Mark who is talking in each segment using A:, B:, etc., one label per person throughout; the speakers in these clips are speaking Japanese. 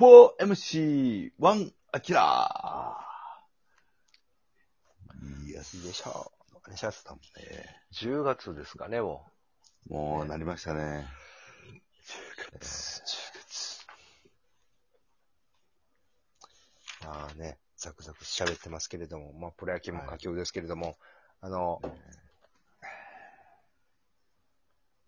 A: 4MC1 アキラ
B: いや、す
C: よいしょ。
B: お願いします。多分ね。
C: 10月ですかね、も
B: もう、なりましたね。
C: まあね、ザクザク喋ってますけれども、まあ、プロ野球も佳境ですけれども、あの、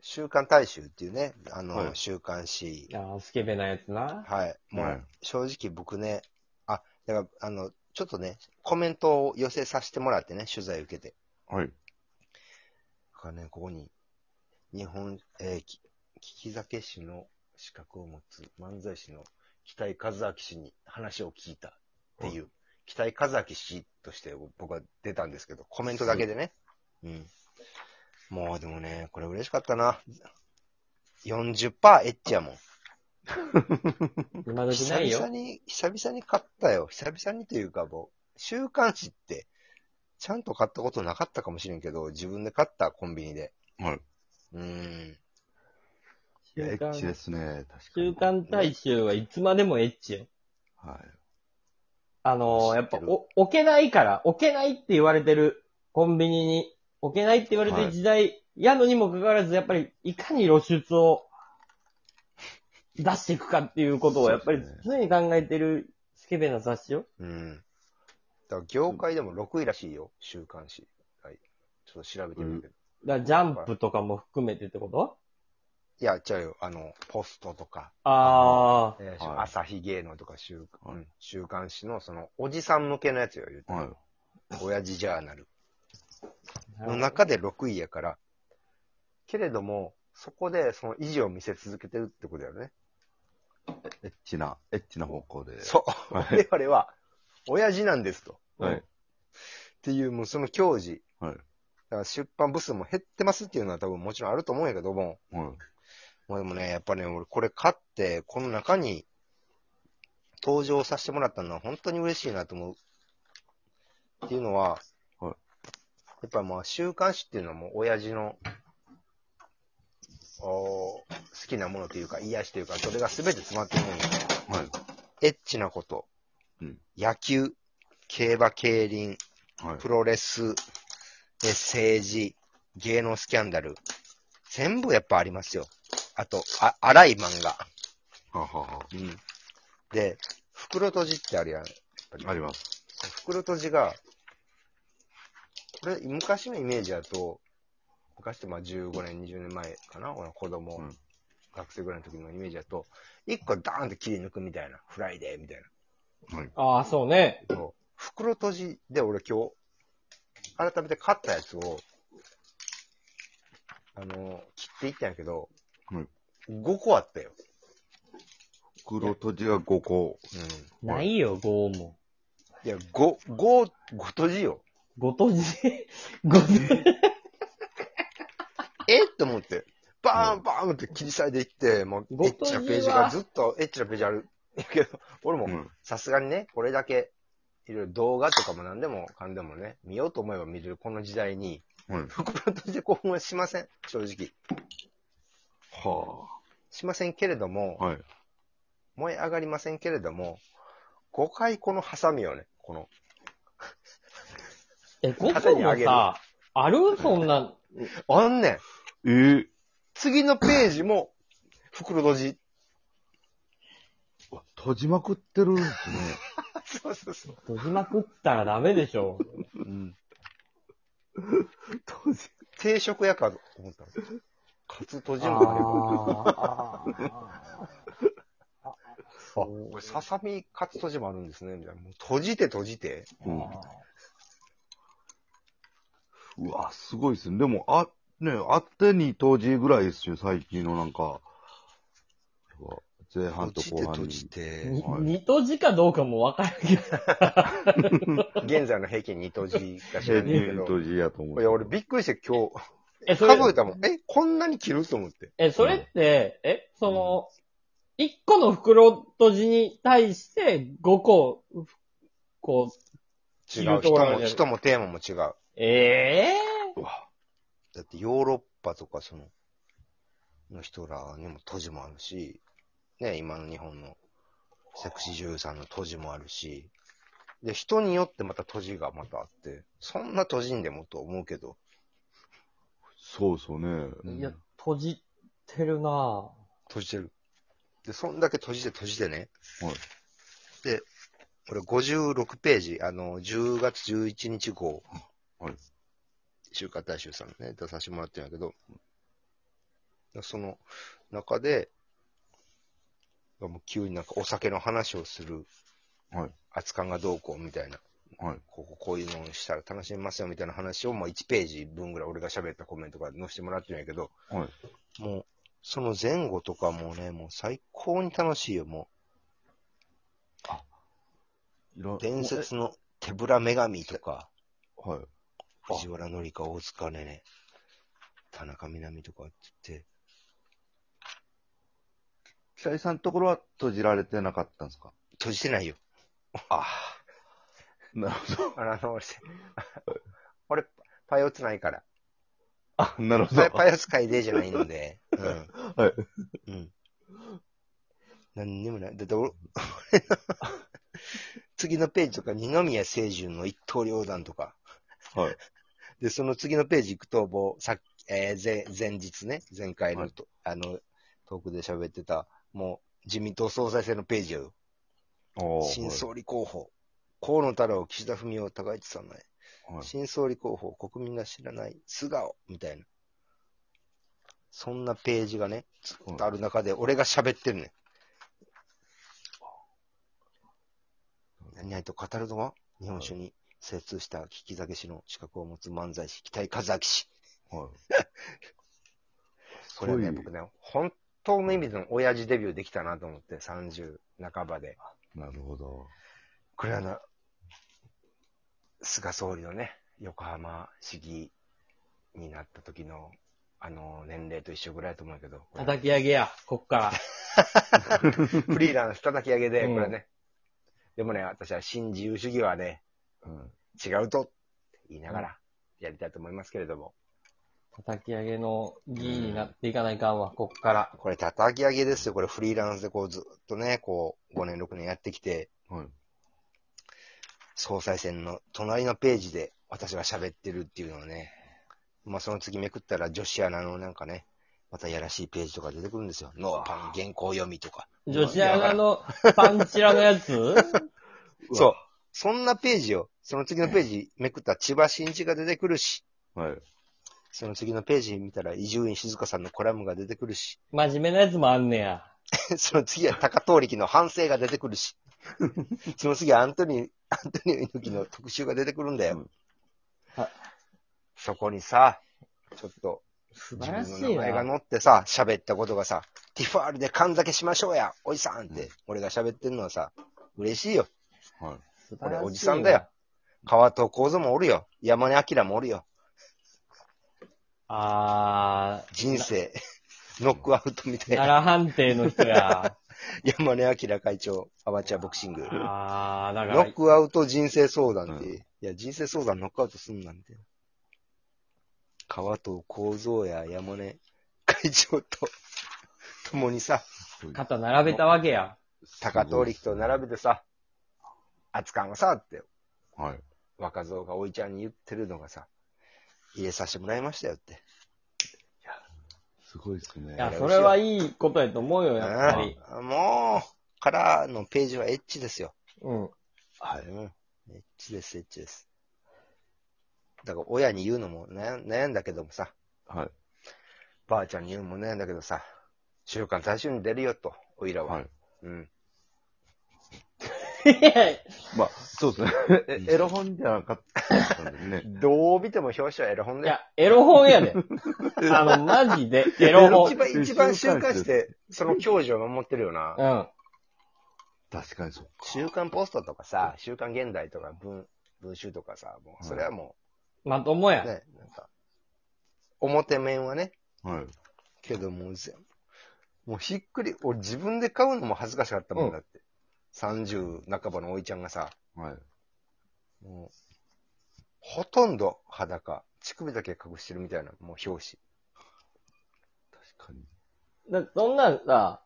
C: 週刊大衆っていうね、あの、
B: はい
C: 週刊誌、
D: ああ、スケベなやつな。
C: はい、も、
B: はいう
C: 正直僕ね、あ、だから、あの、ちょっとね、コメントを寄せさせてもらってね、取材受けて。
B: はい。
C: だからね、ここに、日本、えーき聞き酒師の資格を持つ漫才師の北井和明氏に話を聞いたっていう、北井和明氏として僕は出たんですけど、コメントだけでね。うん。もうでもね、これ嬉しかったな。40%エッチやもん。
D: 今時な
C: 久
D: い
C: 々
D: よ。
C: に、久々に買ったよ。久々にというかもう、週刊誌って、ちゃんと買ったことなかったかもしれんけど、自分で買ったコンビニで。
B: はい。
C: うーん。
B: いや、エ
D: 週刊
B: ッチですね。確かに。
D: 週刊大衆はいつまでもエッチよ。
B: はい。
D: あのーやっ
C: 知
D: ぱ
C: ってる
D: お、置けないから、置けないって言われてる、コンビニに、置けないって言われて
B: は
D: る
B: い
D: 時代、やのにもかかわらず、やっぱり、いかに露出を出していくかっていうことを、やっぱり
B: そうです
D: 常に考えてるスケベな雑誌よ。
C: うん。だから業界でも6位らしいよ、週刊誌。はい。ちょっと調べてみるけど。
D: だからジャンプとかも含めてってこと
C: いや、違うよ。あの、ポストとか、
D: あ
C: え
B: はい
C: ー朝日芸能とか週,、
B: はい
C: うん週刊誌の、その、おじさん向けのやつよ、言うて。
B: はい。
C: 親父ジャーナル。
D: あ。
C: の中で6位やから、けれども、そこでその維持を見せ続けてるってことだよね。
B: エッチな、エッチな方向 で。
C: そう。
B: は
C: 我々は、親父なんですと。
B: はい。
C: っていう、もうその教示。
B: はい。
C: だから出版部数も減ってますっていうのは多分もちろんあると思うんやけども、
B: はい。
C: まあでもね、やっぱね、俺これ買って、この中に登場させてもらったのは本当に嬉しいなと思う。っていうのは、
B: はい
C: やっぱまあ週刊誌っていうのはもう親父の、お好きなものというか、癒しというか、それが全て詰まってるもんよね。
B: はい。
C: エッチなこと、
B: うん
C: 野球、競馬、競輪、
B: はい。
C: プロレス、え政治、芸能スキャンダル、全部やっぱありますよ。あと、あ、荒い漫
B: は
C: 画。
B: はは
C: うん。で、袋閉じってあるやん。
B: あります。
C: 袋閉じが、これ、昔のイメージだと、昔ってまあ15年、20年前かな、俺の子供、
B: うん
C: 学生ぐらいの時のイメージだと、一個ダーンって切り抜くみたいな、フライデーみたいな。
B: はい。
D: ああ、そうね。
C: そう袋閉じで俺今日、改めて買ったやつを、あの、切っていったんやけど、
B: はい
C: 5個あったよ。
B: 袋閉じが5個。
C: うん。
D: ないよ、5も。
C: いや、5、5、5閉じよ。
D: ごとじ、ごと
C: えって思って、バーンバーンって切り裂いていって、もう、エ
D: ご
C: ッ
D: と
C: チ
D: じ
C: な
D: は
C: ページがずっとエッチなページある。やけど、 俺
B: う
C: も、
B: ん。
C: さすがにね、これだけ、いろいろ動画とかも何でもかんでもね、見ようと思えば見れるこの時代に、
B: はい。
C: 袋閉じで興奮はしません、正直。
B: は
C: しませんけれども、
B: あ。はい。
C: 燃え上がりませんけれども、5回このハサミをね、この、
D: え、5
C: 肩
D: 個
C: にあ
D: も
C: げる
D: さ、あるそんな。
C: あんねん
B: えー、
C: 次のページも、袋閉じ。
B: 閉じまくって るんですね。
C: そうそうそう。
D: 閉じまくったらダメでしょ。
C: うん。
B: 閉じ。
C: 定食屋かと思ったの。カツ閉じもあれば。
D: ああ。あ
C: これ、ささみカツ閉じもあるんですね、みたいな。もう閉じて閉じて。
B: うん。うわ、すごいですね。でも、あ、ね、あってに当時ぐらいですよ、最近のなんか。うわ前半と
C: 閉じ
B: 後半に
C: て閉じ。て。
D: に二とじかどうかもわからんけど。
C: 現在の平均二閉じか知
B: 閉
C: らないけ
B: じ、
C: ど。
B: 閉じやと思う。
C: いや、俺びっくりして今日、
D: え、それ、
C: 数えたもん。え、こんなに切ると思って。
D: え、それって、え、その、一個の袋閉じに対して5個、こう、
C: 違
D: 切る
C: う。
D: と
C: 人
D: ころま
C: も、
D: で
C: 人もテーマも違う。
D: ええ
B: うわ。
C: だってヨーロッパとかその、の人らにも閉じもあるし、ね、今の日本のセクシー女優さんの閉じもあるし、で、人によってまた閉じがまたあって、そんな閉じんでもと思うけど、
B: そうそうね。
C: うん
D: いや、閉じてるなぁ。
C: 閉じてる。で、そんだけ閉じて閉じてね。
B: はい
C: で、これ56ページ、あの、10月11日号。
B: はい
C: 週刊大衆さんね、出させてもらってるんやけど、その中で、もう急になんかお酒の話をする、
B: はい
C: 熱感がどうこうみたいな、
B: はい
C: こここういうのをしたら楽しめますよみたいな話を、まあ、1ページ分ぐらい俺が喋ったコメントから載せてもらってるんやけど、
B: はい。
C: もう、その前後とかもね、もう最高に楽しいよ、も
B: いろ
C: う。伝説の手ぶら女神とか、
B: はい。あ
C: 藤原紀香、大塚寧々、田中みな実とかって言って、
B: 北井さんのところは閉じられてなかったんですか
C: 閉じてないよ。
B: ああ。なるほど。
C: あの、あ の俺、俺パイオツないから。
B: あ、なるほど
C: パイ。パイオツ会でじゃないので、 うん。
B: はい。
C: うん。何にもない。だって俺、 次のページとか、二宮清純の一刀両断とか、
B: はい。
C: で、その次のページ行くと、もう、さっき、えー前、前日ね、前回
B: は
C: の
B: い
C: と、あの、トークで喋ってた、もう、自民党総裁選のページやよ。
B: お
C: 新総理候補。河野太郎、岸田文雄、高市さんの、ね
B: はい
C: 新総理候補、国民が知らない素顔、みたいな。そんなページがね、ずっとある中で、俺が喋ってるね。何々と語るのは、日本酒に精通した聞き酒師の資格を持つ漫才師、北井和明氏。
B: はい。
C: これはね、
B: すごい
C: 僕ね、本当の意味での親父デビューできたなと思って、30半ばで。
B: なるほど。
C: これはな、菅総理のね、横浜市議になった時の、あの、年齢と一緒ぐらいだと思うけど、これ
D: 叩き上げや、こっから。
C: フリーランス叩き上げで、
D: うん
C: これね。でもね、私は新自由主義はね、
B: うん。
C: 違うと、言いながら、やりたいと思いますけれども。
D: 叩き上げの議員になっていかないかんわ、こっから。
C: これ叩き上げですよ。これフリーランスでこうずっとね、こう、5年6年やってきて、
B: はい。
C: 総裁選の隣のページで私が喋ってるっていうのはね、まあその次めくったら女子アナのなんかね、またやらしいページとか出てくるんですよ。ノーパン原稿読みとか。
D: 女子アナのパンチラのや つ
B: うわ
C: そう。そんなページを、その次のページめくったら千葉真一が出てくるし、
B: はい。
C: その次のページ見たら伊集院静香さんのコラムが出てくるし、
D: 真面目なやつもあんねや。
C: その次は高遠力の反省が出てくる し、その次はアントニー、アントニオ猪木の特集が出てくるんだよ。
B: うん
D: あ
C: そこにさ、ちょっと、
D: 素
C: 自
D: 晴らし
C: 分の
D: い
C: 名前が
D: な。
C: 載ってさ、喋ったことがさ、ティファールで缶酒しましょうや、おじさんって、俺が喋ってるのはさ、嬉しいよ。
B: はい。
D: 素晴
C: これ
D: らしいな
C: おじさんだよ。川戸幸三もおるよ。山根明もおるよ。
D: あ
C: 人生、ノックアウトみた
D: ー、
C: いな。
D: 奈良判定の人や。
C: 山根明会長、アマチュアボクシング。
D: あー、だか
C: ノ
D: ら
C: ッ、クアウト人生相談って。
B: うん
C: いや、人生相談ノックアウトすんなんて。川戸幸三や山根会長と、共にさ、
D: 肩並べたわけや。
C: 高遠力と並べてさ、熱感がさ、って
B: べ。はい。
C: 若造がおいちゃんに言ってるのがさ、入れさせてもらいましたよって。
B: すごいですね
D: い。や、それはいいことやと思うよ、やっぱり。
C: あーもう、からのページはエッチですよ。
D: うん。
B: はい。
C: うん。エッチです、エッチです。だから親に言うのも悩ん悩んだけどもさ、
B: はい。
C: ばあちゃんに言うのも悩んだけどさ、週刊最初に出るよと、おいらは。
B: はい。
C: うん。
D: いやい
B: まあ、そうですね。えエロ本じゃなかったんですね。
C: どう見ても表紙はエロ本で。
D: や、エロ本や で。あの、マジで、エロ本。
C: 一番、一番週刊誌で、その教授を守ってるよな。
D: うん。
B: 確かにそう。
C: 週刊ポストとかさ、週刊現代とか文、文集とかさ、もう、それはもう、
D: まともや。
C: ね、なんか、表面はね、
B: はい。
C: けどもう全部、もうひっくり、俺自分で買うのも恥ずかしかったも
D: うん
C: んだって。30半ばのおいちゃんがさ、
B: はい。
C: もう、ほとんど裸、乳首だけ隠してるみたいな、もう表
B: 確かに。
D: だそんなんさ、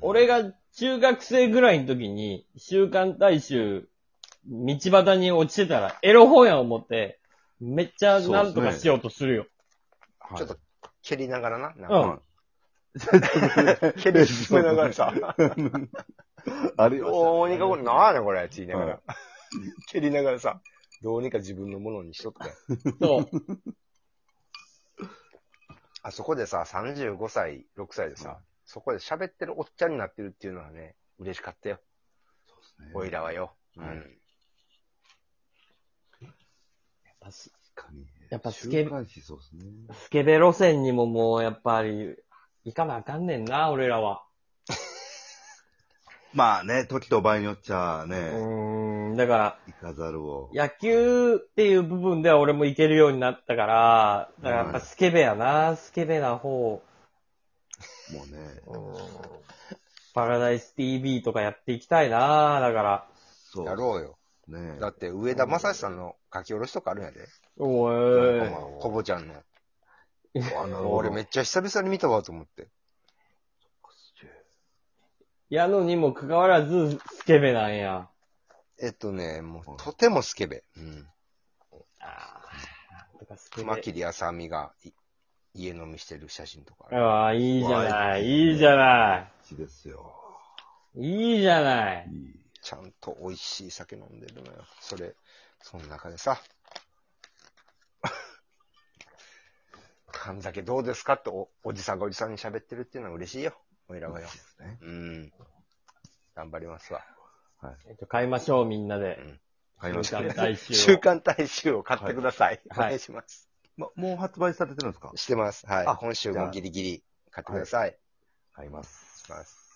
D: 俺が中学生ぐらいの時に、週刊大衆、道端に落ちてたら、エロ本や思って、めっちゃなんとかしようとするよ。
B: はい
C: ちょっと、蹴りながらな。なん
D: う
C: か
D: ん
C: 蹴り進め ながらさ。
B: ありましたね
C: どうにかこれ、なあねんこれ、って言いなが
B: は
C: ら。蹴りながらさ、どうにか自分のものにしとって。
D: そう。
C: あそこでさ、35歳、6歳でさ、
B: うん
C: そこで喋ってるおっちゃんになってるっていうのはね、嬉しかったよ。
B: そうですね
C: おいらはよ。う
B: はい
C: ん。
B: 確かに
D: やっぱスケ
B: 週刊誌そうですね。
D: スケベ路線にももう、やっぱり、行かなあかんねんな、俺らは。
B: まあね、時と場合によっちゃ
D: う
B: ね、
D: ーん、だから、
B: 行かざるを。
D: 野球っていう部分では俺も行けるようになったから、だからやっぱスケベやな、スケベな方。
B: もうね、
D: うんパラダイス TV とかやっていきたいな、だから。
B: そう。
C: やろうよ。
B: ね
C: だって、上田正史さんの書き下ろしとかあるんやで。
D: お
C: なん
D: い
C: か。コボちゃんの。
B: あの
C: 俺めっちゃ久々に見たわと思って。
D: やのにもかかわらず、スケベなんや。
C: えっとね、もう、とてもスケベ。うん。
D: ああ、とかスケ
C: 熊
D: ベ。
C: 切あさみがい家飲みしてる写真とかある。
D: ああ、いいじゃな
B: うわ
D: い、いいじゃな
B: 好きですよ。
D: い。いいじゃない。
B: いい
C: ちゃんと美味しい酒飲んでるのよ。それ、その中でさ、 神酒どうですかっておおじさんがおじさんに喋ってるっていうのは嬉しいよ。おいらはよ
B: で。すね。
C: うん。頑張りますわ。
D: えっと、買いましょう、みんなで。
B: 買いまし
D: 週
B: た
D: 刊。大衆
C: 週
D: を。
C: 刊大衆を買ってください。
D: はい
C: お願いします。
B: ま、もう発売されてるんですか
C: してます。はい
B: あ。
C: 今週もギリギリ買ってください。
B: 買います。
C: します